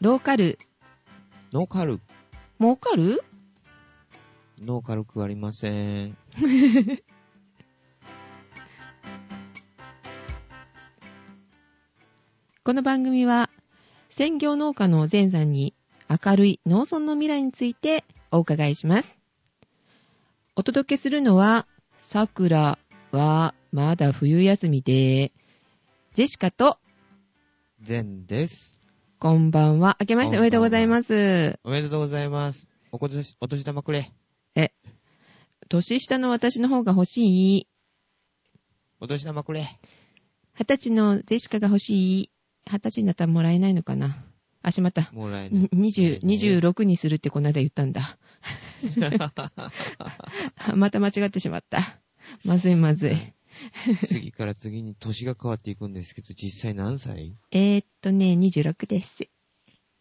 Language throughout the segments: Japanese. ローカル、ノーカル、儲かるノーカルくありません。この番組は、専業農家の前さんに明るい農村の未来についてお伺いします。お届けするのは、桜はまだ冬休みで、ジェシカと、善です。こんばんは。明けましておめでとうございます。おめでとうございます。おこ年、お年玉くれ。年下の私の方が欲しい。お年玉くれ。二十歳のジェシカが欲しい。二十歳になったらもらえないのかな。あ、しまった。もら えない。 20ね26にするってこの間言ったんだ。 また間違ってしまった。まずいまずい。次から次に年が変わっていくんですけど、実際何歳えー、っとね、26です。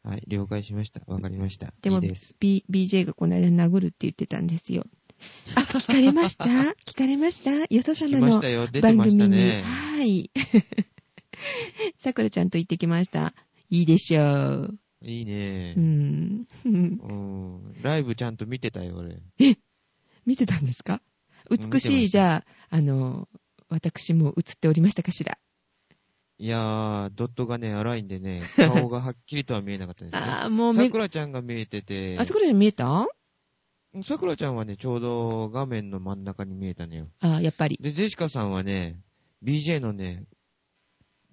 はい、了解しました。わかりました。でもいいです。 B、BJ がこの間殴るって言ってたんですよ。あ、聞かれました 聞かれましたよそ聞き様まのしたよ。出て番まし組たに。ね。はい。 さくらちゃんと行ってきました。いいでしょう。いいねう。ん。 うん。ライブちゃんと見てたよ、俺。見てたんですか見てま美ししい、たじゃあ、あの、私も映っておりましたかしら。いやー、ドットがね、荒いんでね、顔がはっきりとは見えなかったですね。 あー、もうめさく、らちゃんが見えてて、あ、さくらちゃん見えたさくらちゃんはね、ちょうど画面の真ん中に見えたのよ。あ、やっぱり。で、ジェシカさんはね、BJ のね、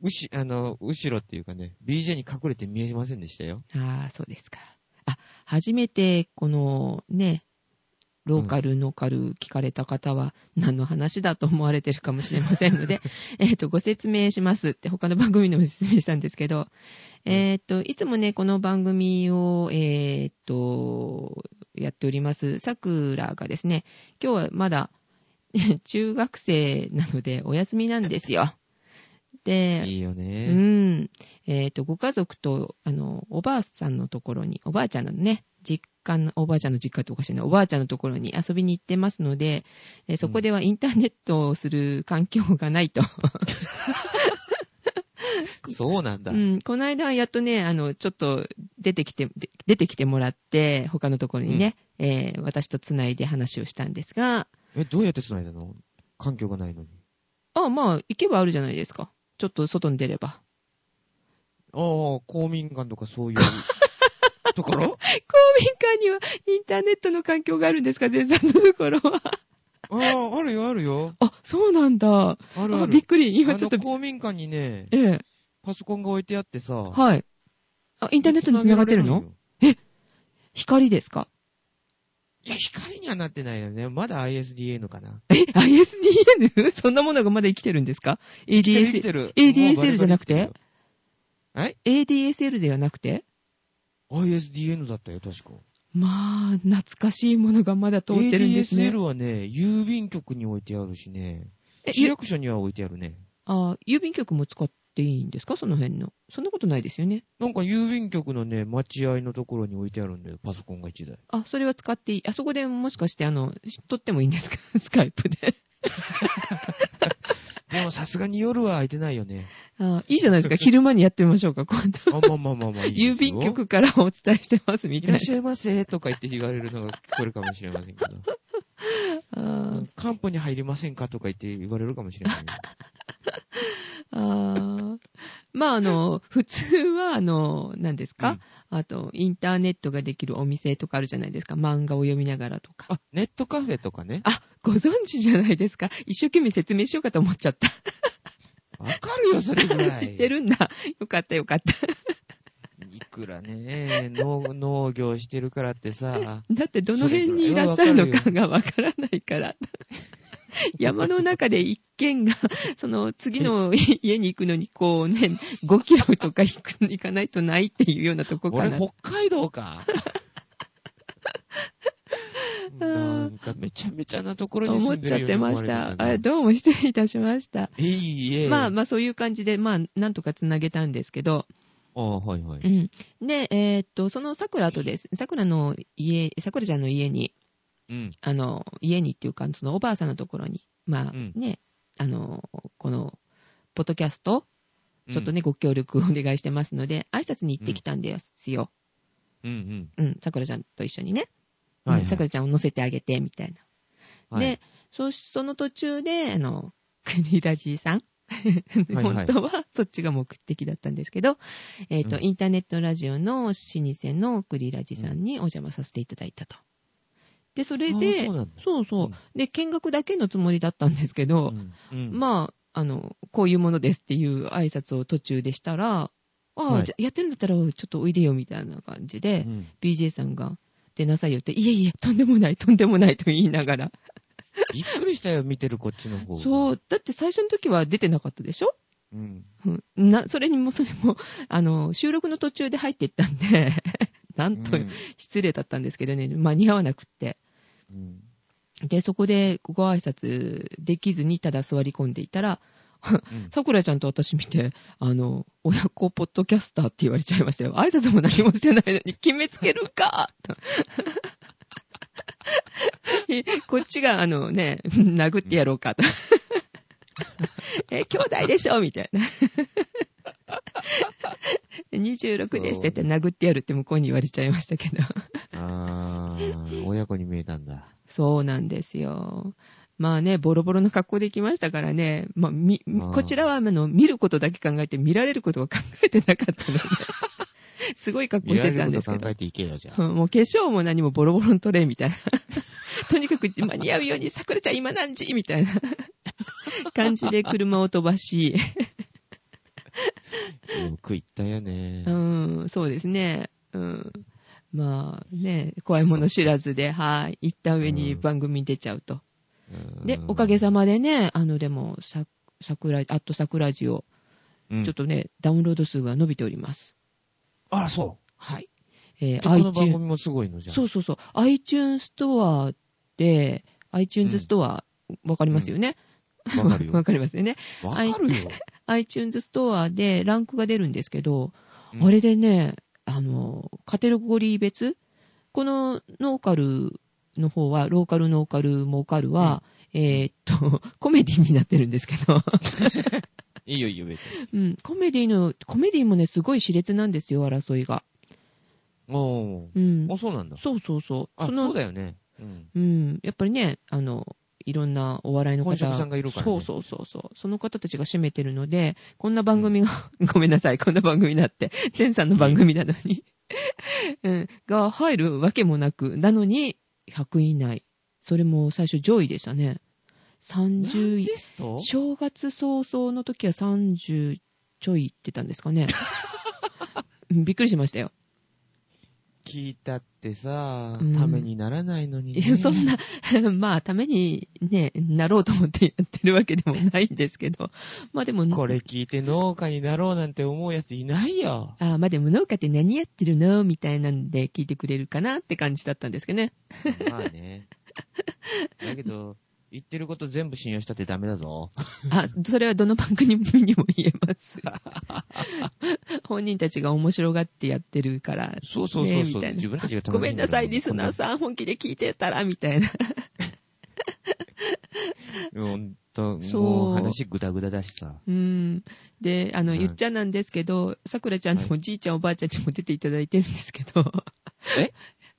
うし、あの、後ろっていうかね、BJ に隠れて見えませんでしたよ。ああ、そうですか。あ、初めて、このね、ローカル、ノーカル聞かれた方は、何の話だと思われてるかもしれません ので、えっと、ご説明しますって、他の番組でも説明したんですけど、うんえっと、いつもね、この番組を、えっと、やっております、さくらがですね、今日はま だ、中学生なので、お休みなんですよ。で、いいようね。ん。えっ、と、ご家族と、あの、おばあさんのところに、おばあちゃんのね、実家の、おばあちゃんの実家っておかしいな、おばあちゃんのところに遊びに行ってますので、えーそこではインターネットをする環境がないと。そうなんうだ。ん。この間はやっとね、あの、ちょっと出てきて、で出てきてもらって、他のところにね、えー私とつないで話をしたんですが、え、どうやって繋いだの環境がないのに。あ、まあ、行けばあるじゃないですか。ちょっと外に出れ ば。ああ、公民館とかそういう ところ公民館にはインターネットの環境があるんですか、全産のところは。ああ、あるよ、あるよ。あ、そうなんだ。あるああびるっ。くり。今ちょっとあの、公民館にね、ええ、パソコンが置いてあってさ、インはい。あ、インターネットに繋がってるの光ですかいや、光にはなってないよね。まだ ISDN かな。え、ISDN? そんなものがまだ生きてるんですか生き ?ADSL、てる ADSL じゃなくてえ ADSL ではなくて ?ISDN だったよ、確か。まあ、懐かしいものがまだ通ってるんですね ADSL。はね、郵便局に置いてあるしね、え、市ゆ役所には置いてあるね。あ郵便局も使っていいんですかその辺の。そんなことないですよね。なんか郵便局のね、待合のところに置いてあるんだよ、パソコンが1台。 あ、それは使っていい。あそこでもしかして、あの、撮ってもいいんですか スカイプで。でもさすがに夜は空いてない よね。あいいじゃないで すか。昼間にやってみましょうか、今度。あ、まあまあまあまあいいですよ郵便局からお伝えしてます、みいたいらなっ。しゃいませとか言って言われるのが聞こえるかもしれません けど。あー官報に入りませんかとか言って言われるかもしれない。 ああ。まあ、あの、普通は、あの、何ですか、あと、インターネットができるお店とかあるじゃないですか。漫画を読みながらとか。あ、ネットカフェとかね。あ、ご存知じゃないですか。一生懸命説明しようかと思っちゃった。わかるよ、それぐらい。知ってるんだ。よかったよかった。いくらね、農農業してるからってさ、だって、どの辺にいらっしゃるのかそがわからないから。山の中で一軒が、その次の家に行くのに、こうね、5キロとか行く行かないとないっていうようなとこか俺な。北海道 か。なんかめちゃめちゃなところに思住っんでちゃるっよてねました。我々あねどうも失礼いたしました。いいえ。まあまあそういう感じで、まあなんとかつなげたんですけど、ああ、はいはうい。ん。で、えーっと、その桜とです。桜の家、桜ちゃんの家に、うん。あの、家にっていうか、そのおばあさんのところに、まあうんね、あの、この、ポッドキャストちょっとね、ご協力をお願いしてますので、挨拶に行ってきたんですよ。うんうん。うん、さくらちゃんと一緒にね。うんはいはいさくらちゃんを乗せてあげて、みたいな。はいで、そし、その途中で、あの、クリラジーさん。はい本当はそっちが目的だったんですけど、えっ、と、うんインターネットラジオの老舗のクリラジさんにお邪魔させていただいたと。で、それあーでそう、なんだそうそううん。で、見学だけのつもりだったんですけど、うんまあ、あの、こういうものですっていう挨拶を途中でしたら、ああ、はいじゃあやってるんだったらちょっとおいでよみたいな感じで、うん BJ さんが出なさいよって、いえいえ、とんでもない、とんでもないと言いながら。びっくりしたよ、見てるこっちの方。。そうう、だって最初の時は出てなかったでしょうん。うんな、それにもそれも、 あの、収録の途中で入っていったんで、 なんとうん失礼だったんですけどね、間に合わなくって。うんで、そこでご挨拶できずにただ座り込んでいたら、うんさくらちゃんと私見て、あの、親子ポッドキャスターって言われちゃいましたよ。挨拶も何もしてないのに決めつけるか とこっちが、あのね、殴ってやろうかと。え、兄弟でしょみたい な。26ですって言って殴ってやるって向こうに言われちゃいましたけど。あー、親子に見えたんだ。そうなんですよ。まあね、ボロボロの格好で行きましたからね、まあ、み、あーこちらは、あの、見ることだけ考えて、見られることは考えてなかった ので、すごい格好見しられてたんるでこすとけ考どえ。ていけよ、じゃうあ。んもう化粧も何もボロボロのトレイみたいな。とにかく間に合うように、桜ちゃん今何時みたいな感じで車を飛ばし、よく言ったよねう。ん、そうですね。うん。まあね、怖いもの知らずで、はい、行った上にうん番組に出ちゃうと。うんで、おかげさまでね、あの、でも、さ、桜、アット桜ジオ、うんちょっとね、ダウンロード数が伸びております。あら、そはい。えう。ー、この番 iTunes、組もすごいのじゃん。そうそうそう、iTunes ストアで、iTunes ストア、わかりますよね。わかるよ わ。かりますよね。わかるよ。 iTunes ストアでランクが出るんですけど、うんあれでね、あの、カテゴリー別、このノーカルの方は、ローカル、ノーカル、モーカルは、えーっと、コメディになってるんですけど、いいよ、いいよ、別に。うん、コメディの、コメディもね、すごい熾烈なんですよ、争いが。おうーんあ、。そうなんだ。そうそうそう。あ、そのそうだよね。うん。うん、やっぱりね、あの、いろんなお笑いの方本職さんがいるからねそうそうそうそう。その方たちが占めてるので、こんな番組が、 ごめんなさい、こんな番組だって、前さんの番組なのに、 うん、が入るわけもなく、なのに、100位以内。それも最初上位でしたね。30位テ。スト正月早々の時は30ちょい行ってたんですか ね。うんびっくりしましたよ。 聞いたってさうん、ためにならないのにいね。やそんな、 まあ、ためにね、なろうと思ってやってるわけでもないんですけど、 まあでも、これ聞いて農家になろうなんて思うやついな いよ。あまあでも農家って何やってるのみたいなんで聞いてくれるかなって感じだったんですけどね。まあね。だけど、言ってること全部信用したってダメだぞ。あ、それはどの番組にも言え ます。本人たちが面白がってやってるから、そうそうねそえうみそう、たいな自分たちがごめんなさい、リスナーさん、本気で聞いてたら、みたいな。ん。ほんと、そうもう話グダグダだしさ。うん。で、あの、はいゆっちゃんなんですけど、さくらちゃんのおじいちゃん、おばあちゃんにも出ていただいてるんですけど、え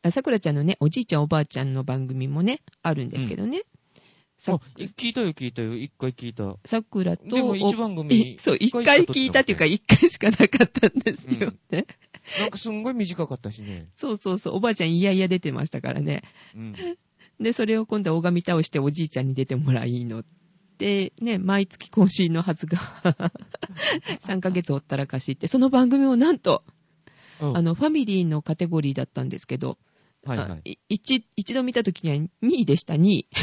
あさくらちゃんのね、おじいちゃん、おばあちゃんの番組もね、あるんですけどね。あさ聞いたよ、聞いたよ。一回聞いた。さくらと、でも一番組おそう、一回聞いたっていうか、一回しかなかったんですよね。なんかすんごい短かったしね。そうそうそう、おばあちゃん、いやいや出てましたからね。うん。で、それを今度は拝み倒しておじいちゃんに出てもらいの。で、ね、毎月更新のはず が、3ヶ月ほったらかしって、その番組をなんと、うんあの、ファミリーのカテゴリーだったんですけど、はいはい。あい一一度見たときには2位でした、2位。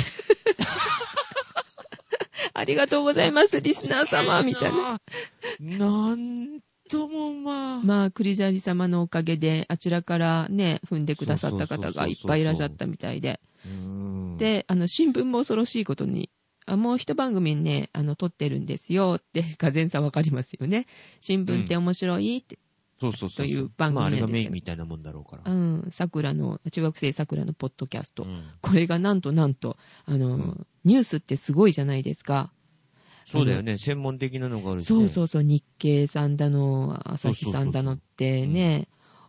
ありがとうございます、リスナー様、みたいな。な。なんともまあ。まあ、クリザリ様のおかげで、あちらからね、踏んでくださった方がいっぱいいらっしゃったみたいで。うーん、で、あの、新聞も恐ろしいことに、あもう一番組ね、あの、撮ってるんですよって、が全さんわかりますよね。新聞って面白いって、そうそうそう。という番組まなあ、あんでれすけどがメインみたいなもんだろうかうら。ん、桜の、中学生桜のポッドキャストう。んこれがなんとなんと、あの、うんニュースってすごいじゃないですか。そうだよね。専門的なのがあるしねそうそうそう、日経さんだの、朝日さんだのってね、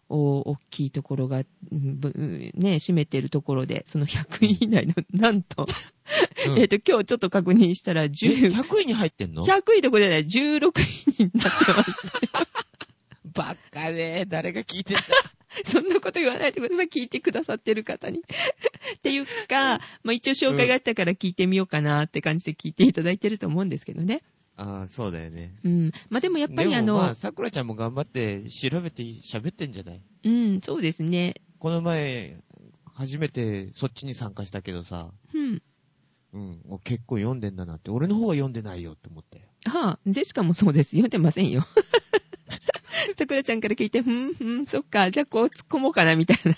お大きいところが、うんぶうんね、占めてるところで、その100位以内の、なんと、うんえっと、今日ちょっと確認したら、え10 100位に入ってんの100位どころじゃない、16位になってました。 ばっかね。誰が聞いてんだ。そんなこと言わないでください、聞いてくださってる方に。 っていうか、まあ、一応紹介があったから聞いてみようかなって感じで聞いていただいてると思うんですけどね。ああ、そうだよね。うん。まあ、でもやっぱりあでの、もまあ、さくらちゃんも頑張って調べて喋ってんじゃないうん、そうですね。この前、初めてそっちに参加したけどさ、うん。うん、お結構読んでんだなって、俺の方が読んでないよって思ったよ。はあ、ジェシカもそうです。読んでませんよ。 さくらちゃんから聞いて、ふん、ふん、そっか、じゃあこう突っ込もうかな、みたいな。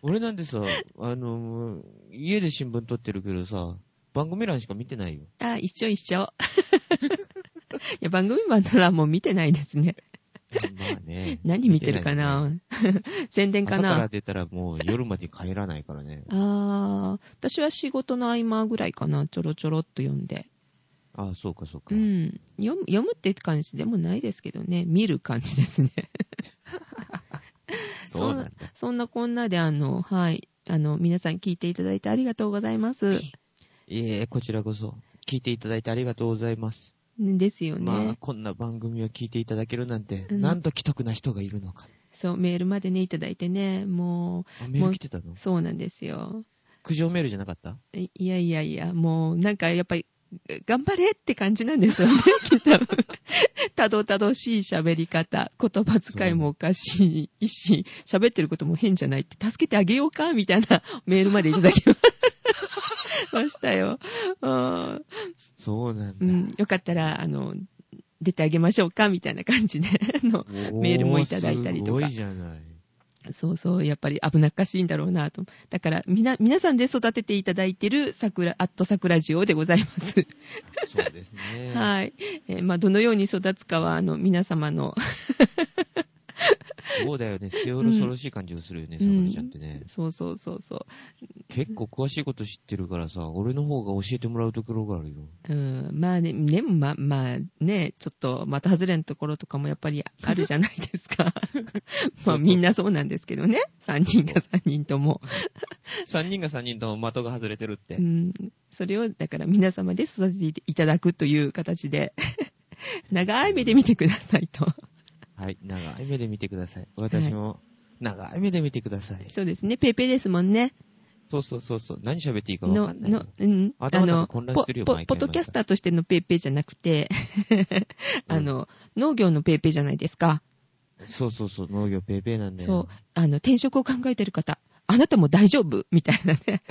俺なんで さ、あの、家で新聞撮ってるけどさ、番組欄しか見てないよ。あ、一緒 一緒。いや、番組版ならもう見てないですね。。まあね 何見てるかな宣伝見てかないよね朝かなら出たらもう夜まで帰らないからね。あー、私は仕事の合間ぐらいかな、ちょろちょろっと読んで。ああ、そうかそうか。うん。読む、読むって感じでもないですけどね、見る感じですね。そうなんだ。 そんなこんなで、あの、はい、あの、皆さん聞いていただいてありがとうございます。いえ、こちらこそ。聞いていただいてありがとうございます。ですよね。まあ、こんな番組を聞いていただけるなんて、うんなんと奇特な人がいるのか。そう、メールまでね、いただいてね、もあ、メール来てたのう、そうなんですよ。苦情メールじゃなかったいいやいやいや、もう、なんかやっぱり、頑張れって感じなんでしょ うね、きっと。たどたどしい喋り方、言葉遣いもおかしいし、喋ってることも変じゃないって、助けてあげようかみたいなメールまでいただきまました よ。うんそうなうんだ。ん、よかったら、あの、出てあげましょうかみたいな感じで、 あの、メールもいただいたりとかおーすごいじゃない。そうそう、やっぱり危なっかしいんだろうなと。だから、みな、皆さんで育てていただいてる桜、アット桜ジオでございます。そうですね。はい。えーまあ、どのように育つかは、あの、皆様の、そうだよね。強い恐ろしい感じがするよね、うさんくらちゃんってね。 そうそうそうそ結構詳しいこと知ってるからさ、俺の方が教えてもらうところがあるよ。う。うん、まあね、ね、まあ、まあね、ちょっと、また外れのところとかもやっぱりあるじゃないです か。まあ、みんなそうなんですけどね。3人が3人とも。 3人が3人とも的が外れてるってうん、それを、だから皆様で育てていただくという形で、 長い目で見てくださいと。はい、長い目で見てください。私も、長い目で見てください。そうですね、ペーペーですもんね。そうそうそうそう。何喋っていいか分の、かんないよの、うん、頭の中の、混乱ポしてるよポ毎回ポッドキャスターとしてのペーペーじゃなくて、 あの、農業のペーペーじゃないですか。そうそうそう、農業ペーペーなんだそう、よ。あの、転職を考えてる方、あなたも大丈夫みたいな ね。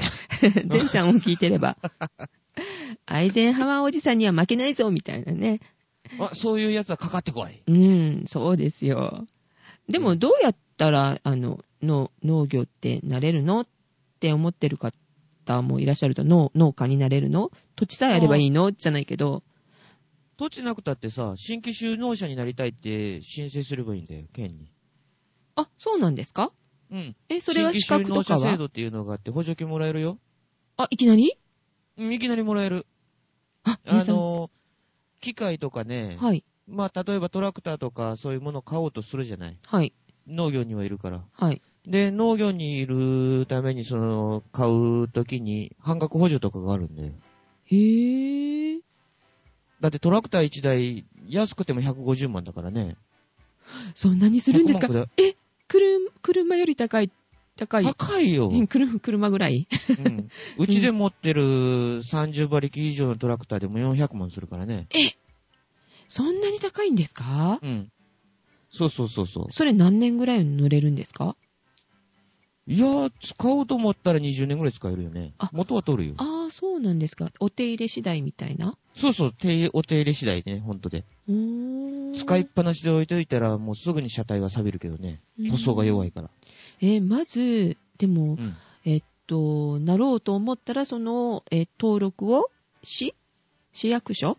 全ちゃんを聞いてれば。アイゼンハワーおじさんには負けないぞみたいなね。あ、そういうやつはかかってこい。うん、そうですよ。でうも、んどうやったら、あの、の農業ってなれるのって思ってる方もいらっしゃると、農農家になれるの土地さえあればいいのじゃないけど、土地なくたってさ、新規就農者になりたいって申請すればいいんだよ、県に。あ、そうなんですかうん。え、それは資格と新か規就農者制は度っていうのがあって補助金もらえるよ。あ、いきなりうん、いきなりもらえる。あ、あ皆さん。の、機械とかね、はい、まあ、例えばトラクターとかそういうものを買おうとするじゃない。はい、農業にはいるから。はい。で、農業にいるために、その、買うときに、半額補助とかがあるんで。へぇー。だってトラクター1台、安くても150万だからね。そんなにするんですか100万え、車、車より高い、高い。高 いよ。え車車ぐらい うんうちで持ってる30馬力以上のトラクターでも400万するからね。そんなに高いんですかうん。そうそうそうそう。それ何年ぐらい乗れるんですかいやー、使おうと思ったら20年ぐらい使えるよねあ。元は取るよ。ああ、そうなんですか。お手入れ次第みたいな。そうそう、手お手入れ次第ね、ほんとで。うーん使いっぱなしで置いといたら、もうすぐに車体は錆びるけどね。舗装が弱いから。えーまず、でもう、ん。えっと、なろうと思ったら、その、えー登録を市市役所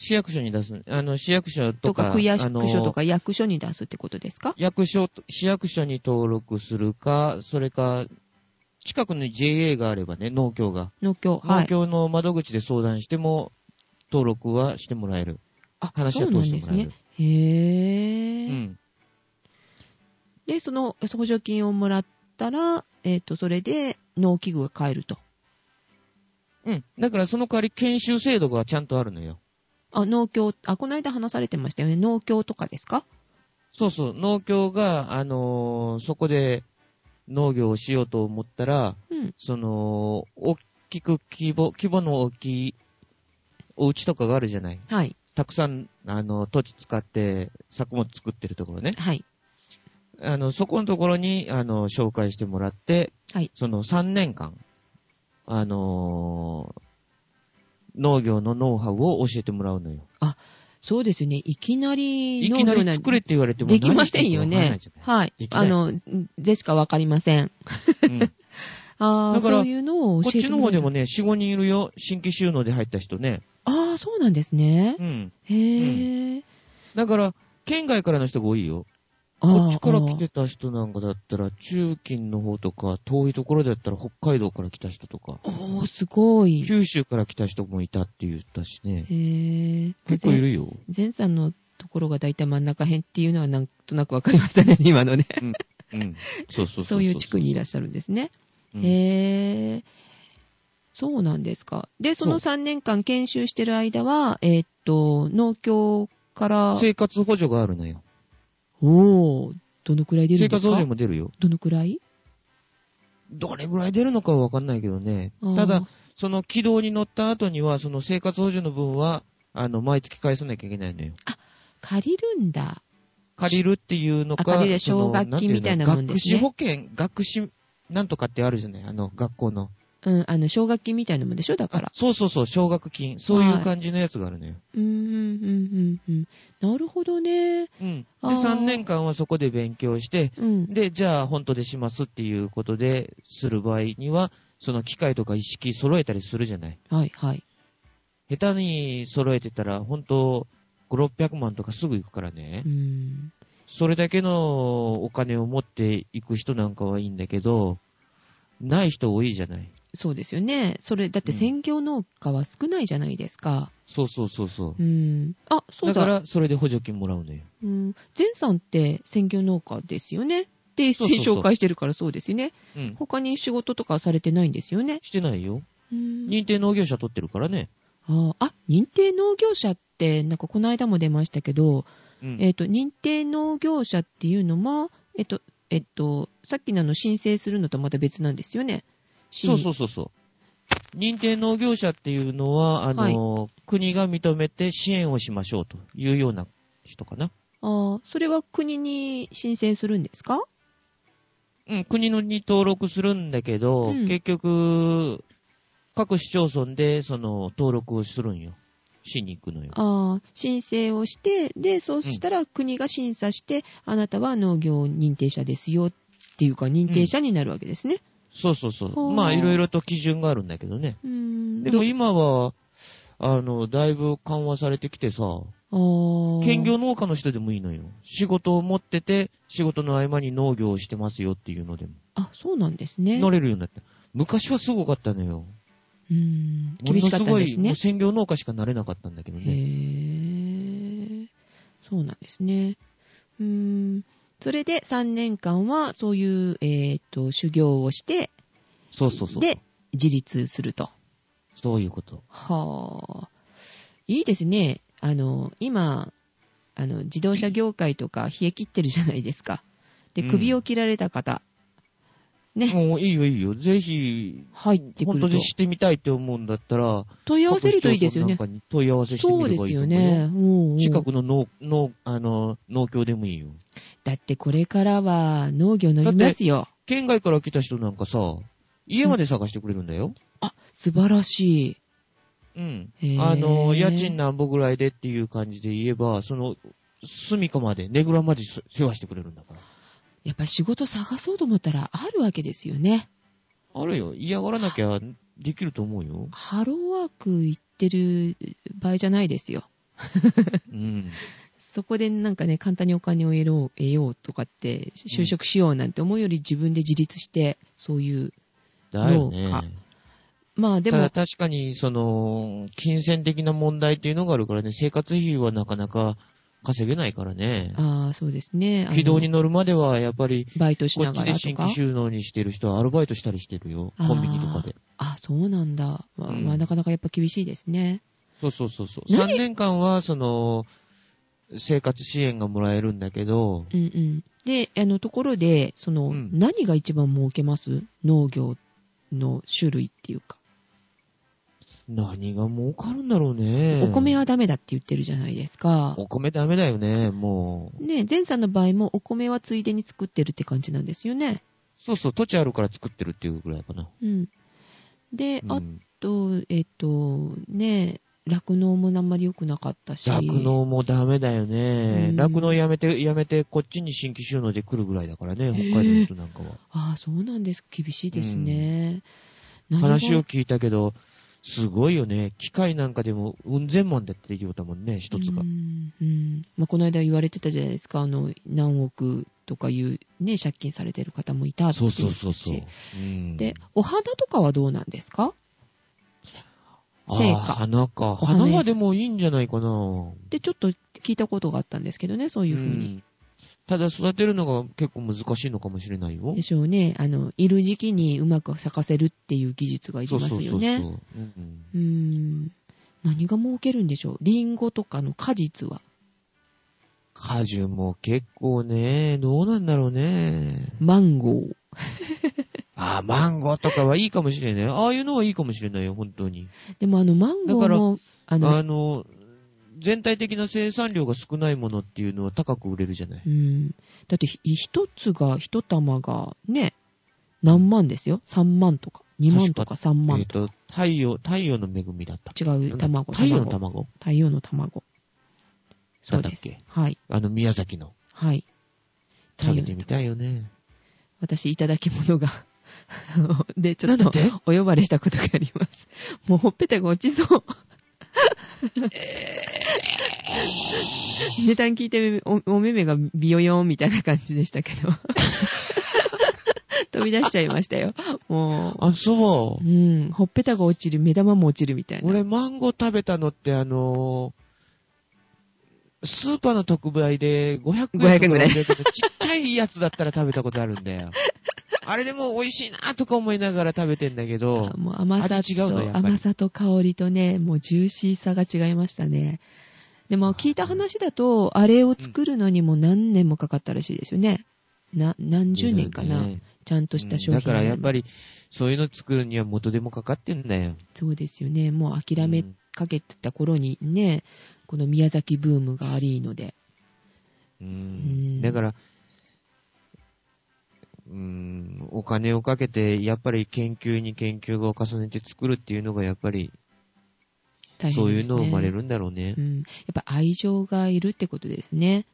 市役所に出す、あの、市役所ととか、か、区役あの所とか役所に出すってことですか役所と、市役所に登録するか、それか、近くに JA があればね、農協が。農協、は農い。協の窓口で相談しても、登録はしてもらえる。あ、話はそうな通んしでてすもらえねる。。へうー。ん。で、その補助金をもらったら、えっ、と、それで農機具が買えると。うん。だからその代わり研修制度がちゃんとあるのよ。あ、農協、あ、この間話されてましたよね。農協とかですかそうそう、農協が、あのーそこで農業をしようと思ったら、うん。その、大きく規模、規模の大きいお家とかがあるじゃない。はい。たくさん、あの、土地使って作物作ってるところね。はい。あの、そこのところに、あの、紹介してもらって、はいその3年間、あのー農業のノウハウを教えてもらうのよ。そうですよね。いきないり農きな業りなん作れって言われてもできませんよ何ねしていい。かわはいで。きないあの、でしかわかりません。かんないじゃない。うんああ、だからそういうのをこ教っえちてのもらえ方でるもね、4、5人いるよ。新規収納で入った人ね。ああ、そうなんですね。うん。へえ。だから、県外からの人が多いよ。こあーっちから来てた人なんかだったら、中近の方とか、遠いところだったら北海道から来た人とか、あーおー、すごい。へ九州から来た人もいたって言ったしね。え。結構いるよ。前さんのところが大体真ん中辺っていうのはなんとなくわかりましたね、今のね。うん。そうそうそう。そういう地区にいらっしゃるんですね。うんへー。そうなんですか。で、その3年間研修してる間は、えーっと、農協から、生活補助があるのよ。おー、どのくらい出る生んです活か補助も出るよ。どのくらいどれぐらい出るのかはわかんないけどね。あーただ、その軌道に乗った後には、その生活補助の分は、あの、毎月返さなきゃいけないのよ。借りるんだ。借りるっていうのか、あ借りるその奨学金んてうのみたいなもんですね学資保険、学資、なんとかってあるじゃないあの、学校の。うん、あの、奨学金みたいなもんでしょだからあ。そうそうそう、奨学金。そういはうい感じのやつがあるのよ。うん、うん、うん、うん。なるほどね。うん。で、あー3年間はそこで勉強して、うん。で、じゃあ本当でしますっていうことで、する場合には、その機械とか意識揃えたりするじゃない。はい、はい。下手に揃えてたら、本当5、600万とかすぐ行くからねう。ん。それだけのお金を持っていく人なんかはいいんだけど、ない人多いじゃない。そうですよね。それ、だってうん専業農家は少ないじゃないですか。そうそうそうそうう。ん。あ、そうだだ。から、それで補助金もらうのよ。うん。前さんって専業農家ですよね。で、一そうそう斉そう紹介してるからそうですよね。うん。他に仕事とかされてないんですよね。してないよ。うん。認定農業者取ってるからね。ああ、認定農業者って、なんかこの間も出ましたけど、うん。えっ、と、認定農業者っていうのは、えっ、と、えっ、と、さっきのあの申請するのとまた別なんですよね。。そうそううそうそう。認定農業者っていうのは、あの、国が認めて支援をしましょうというような人かな。ああ、それは国に申請するんですかうん、国のに登録するんだけど、うん結局、各市町村で、その、登録をするんよ。しに行くのよ。ああ、申請をして、で、そうしたら国が審査して、あなたは農業認定者ですよっていうか、認定者になるわけですね。そうそうそほう。うまあ、いろいろと基準があるんだけどね。うーん。でもど今は、あの、だいぶ緩和されてきてさ、ああ。兼業農家の人でもいいのよ。仕事を持ってて、仕事の合間に農業をしてますよっていうのでも。あ、そうなんですね。乗れるようになった。昔はすごかったのよ。うーん。厳しかったんですもねのすごい、もう。専業農家しかなれなかったんだけどへね。え。そうなんですね。うーん。それで3年間はそういう、えー、と修行をして、そうそうそう。で、自立すると。そういうこと。はあ。いいですね。あの、今、あの、自動車業界とか冷え切ってるじゃないですか。で、うん首を切られた方、ね、もういいよいいよ。ぜひ、入ってく本る当とに。してみたいって思うんだったら、問い合わせるといいですよね各市町村。なんかに問い合わせしてみれそばうですいいと思うよよね。うんうん近くの農、農、あの、農協でもいいよ。だってこれからは農業乗りますよ。県外から来た人なんかさ、家まで探してくれるんだよ。あ、素晴らしい。うん。へーあの、家賃何ぼぐらいでっていう感じで言えば、その、住処まで、ねぐらまで世話してくれるんだから。やっぱり仕事探そうと思ったらあるわけですよね。あるよ。嫌がらなきゃできると思うよ。ハローワーク行ってる場合じゃないですよ。うん。そこでなんかね、簡単にお金を得ろう、得ようとかって、就職しようなんて思うより自分で自立して、そういう、だよね農。家まあでたもだ、確かに、その、金銭的な問題っていうのがあるからね、生活費はなかなか稼げないからね。ああ、そうですね。あの軌道に乗るまでは、やっぱり、バイトしこなっちがでら新とか規。収納にしてる人はアルバイトしたりしてるよ。あーコンビニとかで。あそうなんだ。まあ、うんまあなかなかやっぱ厳しいですね。そうそうそうそう。3何年間は、その、生活支援がもらえるんだけど、うんうん。で、あの、ところで、その、うん何が一番儲けます農業の種類っていうか。何が儲かるんだろうね。お米はダメだって言ってるじゃないですか。お米ダメだよね、もう。ね、前さんの場合もお米はついでに作ってるって感じなんですよね。そうそう、土地あるから作ってるっていうぐらいかな。うん。で、うあんと、えっと、ね、酪農もあんまり良くなかったし。酪農もダメだよねう。ん酪農やめて、やめて、こっちに新規収納で来るぐらいだからね、北海道の人なんかは。ああ、そうなんです。厳しいですね。何が話を聞いたけど、すごいよね。機械なんかでも、うん千万だって言うたもんね、一つがう。ん、うんまあ、この間言われてたじゃないですか、あの何億とかいう、ね、借金されてる方もいたっていそううそうそうそう。うんで、お花とかはどうなんですかあ成ー果花か。花花ですはでもいいんじゃないかな。でちょっと聞いたことがあったんですけどね、そういうふううに。んただ育てるのが結構難しいのかもしれないよで。しょうねあの、いる時期にうまく咲かせるっていう技術がいりそうまそうすよそうそう。ね。うんうん何が儲けるんでしょうリンゴとかの果実は。果樹も結構ね、どうなんだろうね。マンゴー。あー、マンゴーとかはいいかもしれない。ああいうのはいいかもしれないよ、本当に。でもあの、マンゴーも、あの、あの、全体的な生産量が少ないものっていうのは高く売れるじゃない。うん。だってひ、一つが、一玉が、ね、何万ですよ。3万とか、2万とか3えっ万とか。と、太陽、太陽の恵みだった。違う、卵、太陽の卵。卵太陽の卵。そうでなすんだっ。はい、あの、宮崎の。はい。食べてみたいよね。私、いただき物が。 で、ちょっなんだっとて、お呼ばれしたことがあります。 もう、ほっぺたが落ちそう。 値段聞いてお、お目目がビヨヨンみたいな感じでしたけど。 飛び出しちゃいましたよ。もう。あ、そうう。ん、ほっぺたが落ちる、目玉も落ちるみたいな。俺、マンゴー食べたのって、あのースーパーの特売で500円。 500円ぐらいちっちゃいやつだったら食べたことあるんだ よ。あれでも美味しいなとか思いながら食べてんだけどあ、もう甘さ味違うのやっと、ぱり甘さと香りとね、もうジューシーさが違いましたね。でも聞いた話だと、あれを作るのにも何年もかかったらしいですよね。な、何十年かな。ねちゃんとした商品。だからやっぱり。り、そういうの作るには元でもかかってんだよ。そうですよね。もう諦めかけてた頃にね、この宮崎ブームがありので。ううんん。だから、うん、お金をかけて、やっぱり研究に研究を重ねて作るっていうのが、やっぱり、大変そういでうすね。の生まれ。るんだろうねう。ん。やっぱ愛情がいるってことですね。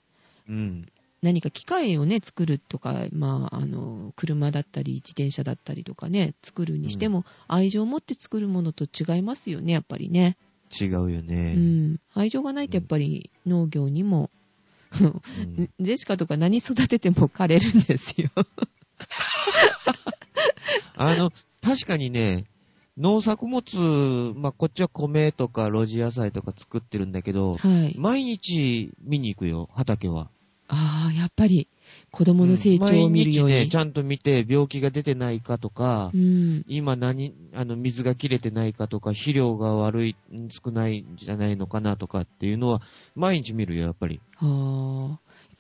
うん。何か機械をね作るとか、まあ、あの車だったり自転車だったりとかね作るにしても、愛情を持って作るものと違いますよねやっぱりね、違うようね。ん、愛情がないとやっぱり農業にも、うん ジェシカとか何育てても枯れるんですよあの、確かにね、農作物、まあ、こっちは米とか露地野菜とか作ってるんだけど、はい毎日見に行くよ、畑は。ああやっぱり子供の成長を見るよう毎日ね、にち、ゃんと見て病気が出てないかとか、うん今何、あの、水が切れてないかとか、肥料が悪い、ん少ないんじゃないのかなとかっていうのは、毎日見るよ、やっぱり。あーやっ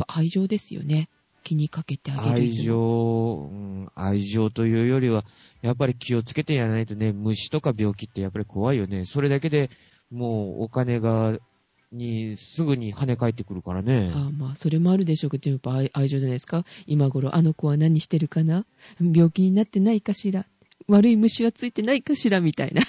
ぱ愛情ですよね気にかけてあげる愛情、うん、愛情というよりは、やっぱり気をつけてやらないとね、虫とか病気ってやっぱり怖いよね。それだけでもうお金が、に、すぐに跳ね返ってくるからね。ああまあそれもあるでしょうけどやっぱ愛愛情じゃないですか今頃あの子は何してるかな病気になってないかしら悪い虫はついてないかしらみたいな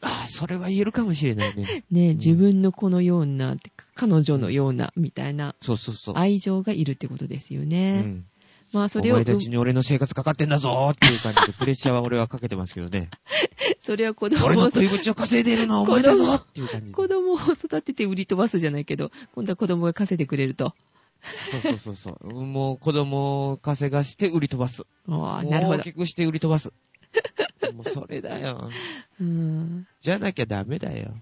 ああ、それは言えるかもしれないね。ねえん自分の子のようなってか彼女のようなみたいなそうそうそう。愛情がいるってことですようね、ん。まあそおれを前たちに俺の生活かかってんだぞーっていう感 じで、プレッシャーは俺はかけてますけどね。 それは子供俺のを食い口を稼いでいるのはお前だぞっていう感じで。子供を育てて売り飛ばすじゃないけど今度は子供が稼いでくれるとそうそうそうそう。もう子供を稼がして売り飛ばす。ああなるほ大どきくして売り飛ばす。 もうそれだよ。うんじゃなきゃダメだよ。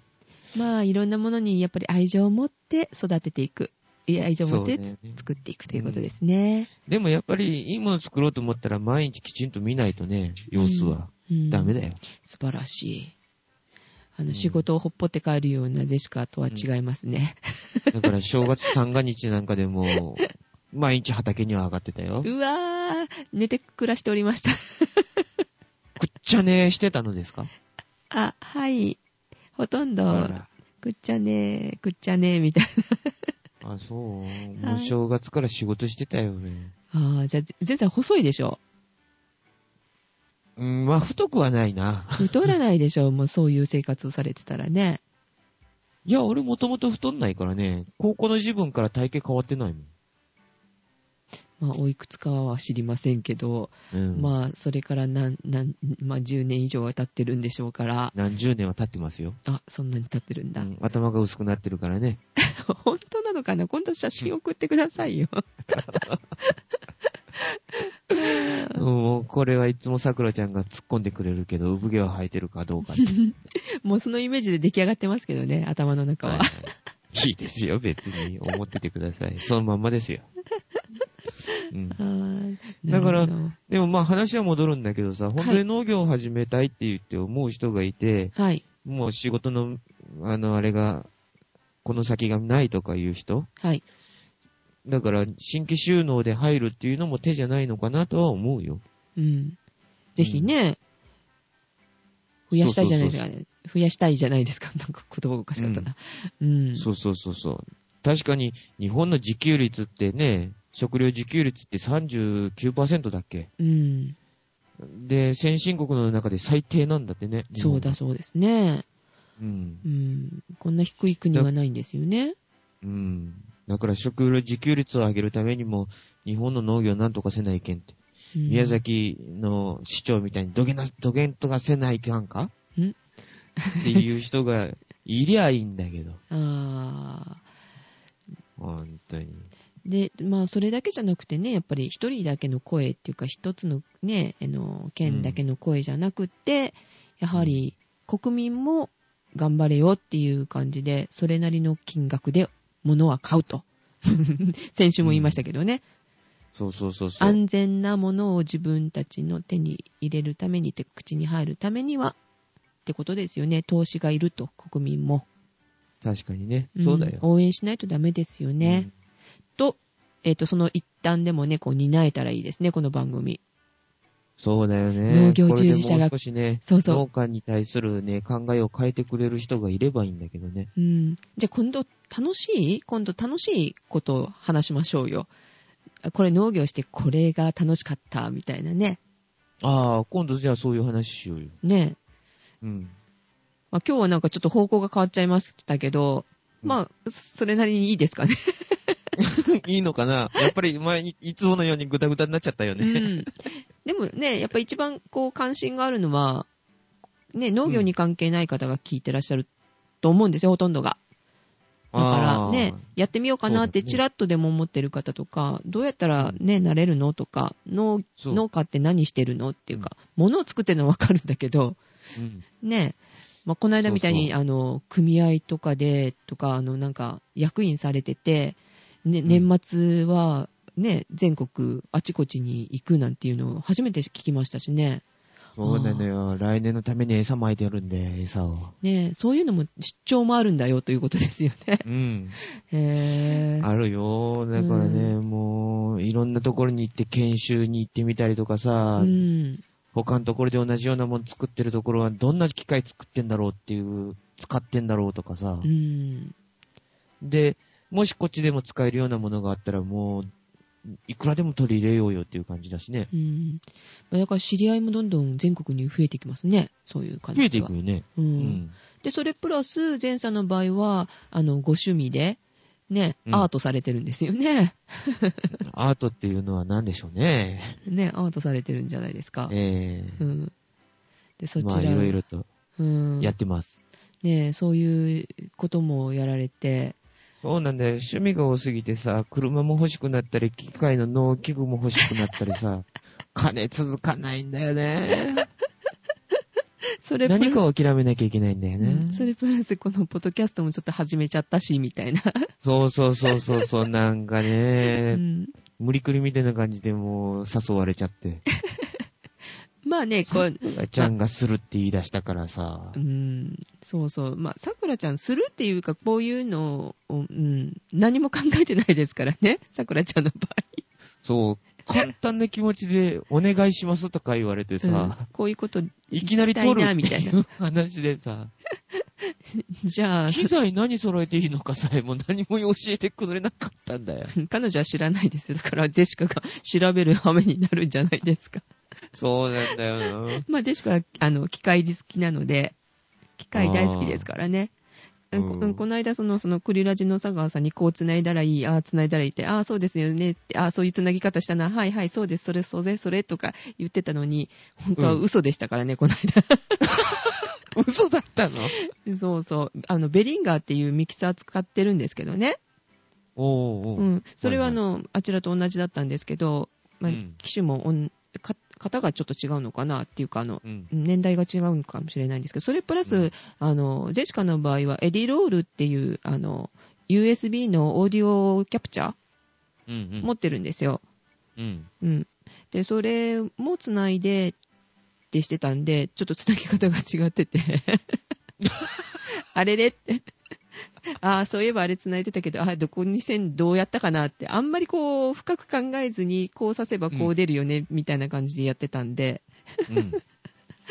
まあ、いろんなものにやっぱり愛情を持って育てていく。いや愛情を持ってそうだよね作っていくということですね。でもやっぱりいいもの作ろうと思ったら毎日きちんと見ないとね、様子は。うんダメだよ。素晴らしい。あの、うん仕事をほっぽって帰るようなジェシカとは違いますね。だから正月三が日なんかでも、 毎日畑には上がってたよ。うくっわー、寝て暮らしておりました。ちゃねしてたのですかあ、はい。ほとんあど、ら。くっちゃねー、くっちゃねー、みたいあ、そう。もう正月から仕事してたよね。な。あーじゃあ、全然細いでしょ。うん、まあ太くはないな。太らないでしょ、もうそういう生活をされてたらね。いや、俺もともと太んないからね、高校の時分から体型変わってないもん。まあ、おいくつかは知りませんけど、うん。あ。まあ、それから何、何、まあ、10年以上は経ってるんでしょうから、何十年は経ってますよ。あ、そんなに経ってるんうだ。ん、頭が薄くなってるからね。 本当なのかな今度写真送ってくださいよ。うんもうこれはいつも桜ちゃんが突っ込んでくれるけど、産毛は生えてるかどうかって。もうそのイメージで出来上がってますけどね、頭の中は。はいいいですよ、別に。思っててください。そのまんまですよ。うん、はいだからなるほでもまあ話は戻るんだけどさ、本当はにい農業を始めたいって言って思う人がいて、どはい、もう仕事の、あの、あれが、この先がないとかいう人はい。だから、新規収納で入るっていうのも手じゃないのかなとは思うよ。うん。ぜひね、うん増やしたいじゃないですか、増やしたいじゃないですか。なんか言葉がおかしかったな。うん。そうそうそうそう。確かに、日本の自給率ってね、食料自給率って39%だっけうん。で、先進国の中で最低なんだってね。そうだ。そうですね。うんう。ん。こんな低い国はないんですよね。うん。だから食料自給率を上げるためにも、日本の農業をなんとかせないけんっうて。ん宮崎の市長みたいにどげな、どげんとかせないかんかんっていう人がいりゃいいんだけど。あ本当に。ーで、まあ、それだけじゃなくてね、やっぱり一人だけの声っていうか、一つのね、あの、県だけの声じゃなくって、やはり国民も頑張れよっていう感じで、それなりの金額で物は買うと。 先週も言いましたけどね、そうそうそうそう。安全なものを自分たちの手に入れるためにって、口に入るためには、ってことですよね。投資がいると、国民も。確かにね。んそうだよ。応援しないとダメですよね。うんと、えっ、と、その一端でもね、こう担えたらいいですね、この番組。そうだよね。農業従事者がこれでもう少しね、そうそう農家に対するね、考えを変えてくれる人がいればいいんだけどね。うん。じゃあ今度楽しい今度楽しいことを話しましょうよ。あこれ農業してこれが楽しかった、みたいなね。ああ、今度じゃあそういう話しようよ。ね。うん。 まあ今日はなんかちょっと方向が変わっちゃいましたけど、まあ、それなりにいいですかね。 いいのかなやっぱり 前に、いつものようにグダグダになっちゃったようね。ん。でもね、やっぱ一番こう関心があるのは、ね、農業に関係ない方が聞いてらっしゃると思うんですよ、ほとんどが。だからねあー、やってみようかなってそうだねちらっとでも思ってる方とか、どうやったらね、なれるのとか、農そう農家って何してるのっていうか、物を作ってるのはわかるんだけど、うんね、まあ、この間みたいに、そあの、組合とかで、とか、あの、なんか、役員されてて、ね、ん年末は、ね、全国あちこちに行くなんていうのを初めて聞きましたしね。そうなのよ。来年のために餌撒いてるんで、餌を。ね、そういうのも出張もあるんだよということですよ ね。うん。へーあるよ。だからね、うもう、いろんなところに行って研修に行ってみたりとかさ、うん。他のところで同じようなもの作ってるところはどんな機械作ってんだろうっていう、使ってんだろうとかさう。ん。で、もしこっちでも使えるようなものがあったらもう、いくらでも取り入れようよっていう感じだしね。うん。まあだから知り合いもどんどん全国に増えてきますね。そういう感じ増は。えていくよね。うん。うん。で、それプラス、前さんの場合は、あの、ご趣味で、ね、うんアートされてるんですよね。アートっていうのは何でしょうね。ね、アートされてるんじゃないですか。えうん。で、えそちまあ、いら、ろいろとうん。やってます。ね、そういうこともやられて、そうなんだよ。趣味が多すぎてさ、車も欲しくなったり、機 械の農機具も欲しくなったりさ、金続かないんだよね。それプラ何かを諦めなきゃいけないんだよね。それプラスこのポッドキャストもちょっと始めちゃったし、みたいな。そうそうそうそうそう、なんかうね、ん無理くりみたいな感じでもう誘われちゃって。まあね、こう、ちゃんがするって言い出したからさう。ん、そうそう。まあ、さくらちゃんするっていうか、こういうのを、うん、何も考えてないですからね。 さくらちゃんの場そう、簡単な気持ちでお願いしますとか言われて合。さ、うんこういうこと、いきなり取しるたいなっみてたいいう話でさ、じゃあ、 機材何揃えていいのかさえも何も教えてくれなかったんだよ。彼女は知らないですよ。だから、ジェシカが調べる羽目になるんじゃないですか。そうなんだよな。まあ、ジェシカは、あの、機械好きなので、機械大好きですからね。あうーんこうんこの間、その、その、クリラジの佐川さんに、こう繋いだらいい、ああ、繋いだらいいって、ああ、そうですよねって、ああ、そういう繋ぎ方したな、はいはい、そうです、それ、それ、それ、とか言ってたのに、本当はうん嘘でしたからね、この嘘だったの間。 そうそう。あの、ベリンガーっていうミキサー使ってるんですけどね。おうおう、うん。それは、あはいの、あちらと同じだったんですけど、まあうん、機種もおん、か型がちょっと違うのかなっていうか、あの、うん。年代が違うのかもしれないんですけど、それプラス、うんあの、ジェシカの場合は、エディロールっていう、あの、USB のオーディオキャプチャーうんうん。持ってるんですよ。うん。うん。で、それもつないでってしてたんで、ちょっとつなぎ方が違って て。あれれって。 ああ、そういえばあれつないでたけど、ああ、どこに線どうやったかなって、あんまりこう、深く考えずに、こうさせばこう出るよね、みたいな感じでやってたんで、うん。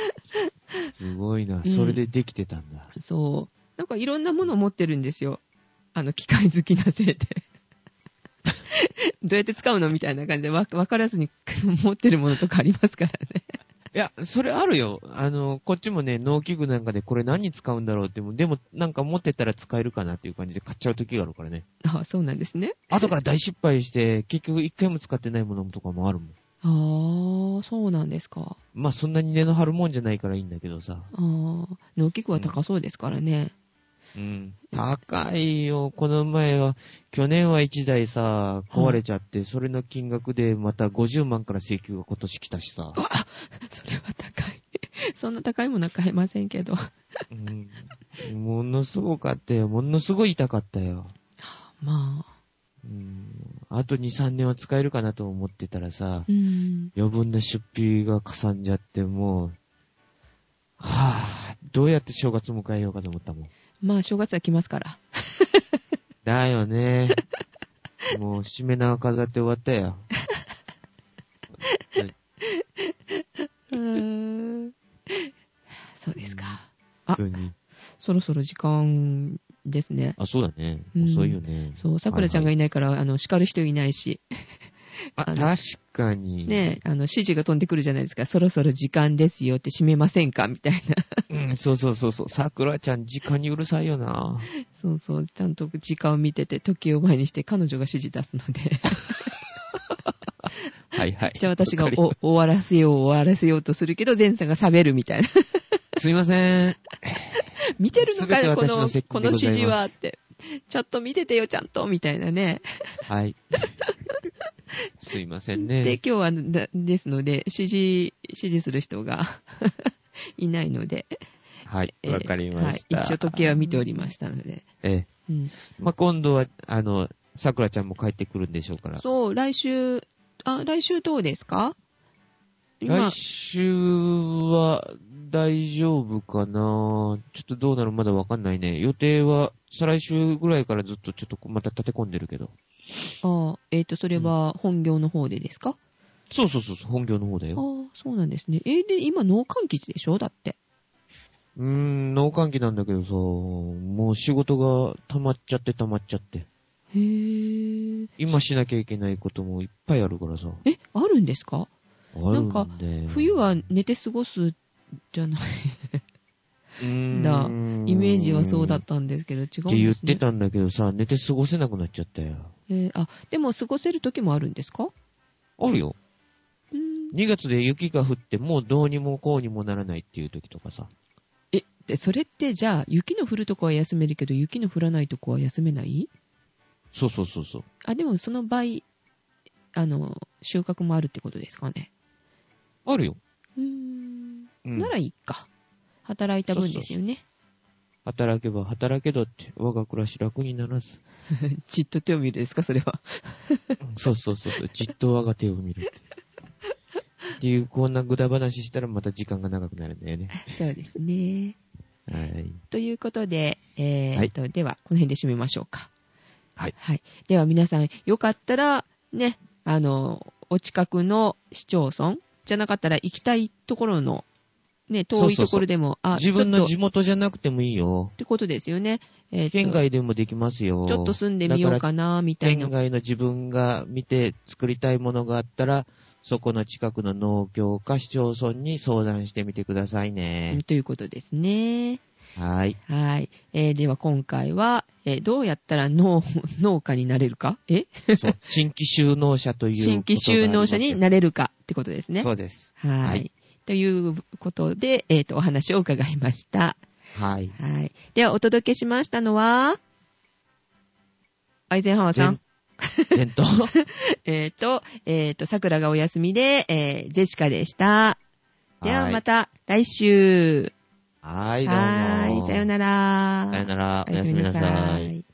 すごいな。うんそれでできてたんだ。そう。なんかいろんなものを持ってるんですよ。あの、機械好きなせいで。どうやって使うのみたいな感じで、わ分からずに 持ってるものとかありますからね。いや、それあるよ。あの、こっちもね、農機具なんかでこれ何に使うんだろうって、もうでもなんか持ってたら使えるかなっていう感じで買っちゃう時があるからね。ああ、そうなんですね。後から大失敗して、結局一回も使ってないものとかもあるもん。ああ、そうなんですか。まあそんなに根の張るもんじゃないからいいんだけどさ。ああ、農機具は高そうですからね。うん。高いよ。この前は、去年は1台さ、壊れちゃって、それの金額でまた50万から請求が今年来たし さ。それは高い。 そんな高いものは買えませんけど。うん。ものすごかったよ。ものすごい痛かったよ。まあ、うん。あと2、3年は使えるかなと思ってたらさう、ん。余分な出費がかさんじゃって、もう、はぁ、どうやって正月迎えようかと思ったもん。まあ、正月は来ますから。だよ ね。もう、締め縄飾って終わったよ。うーん。 そうですか。あ普通に。そろそろ時間ですね。あ、そうだね。うん遅いよね。そう、桜ちゃんがいないから、あの、叱る人いないし、あ、あの確かに。ね、あの、指示が飛んでくるじゃないですか、そろそろ時間ですよって閉めませんかみたいな。 うん、そうそうそうそう。桜ちゃん、時間にうるさいよな。そうそう、ちゃんと時間を見てて、時を前にして彼女が指示出すの で、はいはい。 じゃあ私がわかりお終わらせよう、終わらせようとするけど、前さんが喋るみ たいな。すいま せん。見てるのかよ、こ全ての、私の責この任でご指ざいます示はって。ちゃんと見ててよ、ちゃんと、みたいなね。はい。すいませんで、ね。今日はな、ですので、指示、指示する人が いないので。はい。えーわかりました。はい。一応時計は見ておりましたので。ええ。うん、まあ、今度は、あの、桜ちゃんも帰ってくるんでしょうから。そう、来週、あ、来週どうですか今来、週は大丈夫かなちょっとどうなるまだわかんないね。予定は、再来週ぐらいからずっとちょっとまた立て込んでるけど。あえっ、と、それは本業の方でですか、そうそうそうそう、本業の方だよ。ああ、そうなんですね。えーで、今、脳換気でしょだって。うーん、脳換気なんだけどさ、もう仕事が溜まっちゃって溜まっちゃって。へえ。今しなきゃいけないこともいっぱいあるからさ。え、あるんですかあるんだよ冬は寝て過ごすじゃない。 だイメージはそうだっ。ったたんですけど、違っうてん言でっすね。てたんだけどさ、寝て過ごせなくなっちゃったよ。えーあ、でも過ごせる時もあるんですかあるよ。うん。 2月で雪が降ってもうどうにもこうにもならないっていう時とかさ。え、でそれってじゃあ、雪の降るとこは休めるけど、雪の降らないとこは休めないそうそうそうそう。あ、でもその倍、あの、収穫もあるってことですかね。あるよ。うーん。うんならいいか。働いた分ですよね。働けば働けどって、我が暮らし楽にならず。じっと手を見るですか、それは。そうそうそうそう、じっと我が手を見るって。っていう、こんなぐだ話したらまた時間が長くなるんだよね。 そうですね。はい。ということで、えーはえいっと、では、この辺で締めましょうか。はい。では、皆さん、よかったら、ね、あの、お近くの市町村じゃなかったら行きたいところの、ね、そ遠ういそうそうところでも、あ、自分のちょっと、地元じゃなくてもいいよっ。てことですよね。えーと県外でもできますよ。ちょっと住んでみようだらかな、みたいな県。外の自分が見て作りたいものがあったら、そこの近くの農協か市町村に相談してみてくださいね。ということですね。はい。はい。えーでは今回は、えーどうやったら 農、農家になれるかえそう。新規就農者という新規就農者になるれるかってことですね。そうです。はい。はいということで、えっ、と、お話を伺いました。はい。はい。では、お届けしましたのは、アイゼンハワーさん。伝統 えっと、えっ、と、桜がお休みで、えージェシカでした。では、また来週。はい、どうも。はい。さよなら。さよなら。おおややすすみみななささい。い。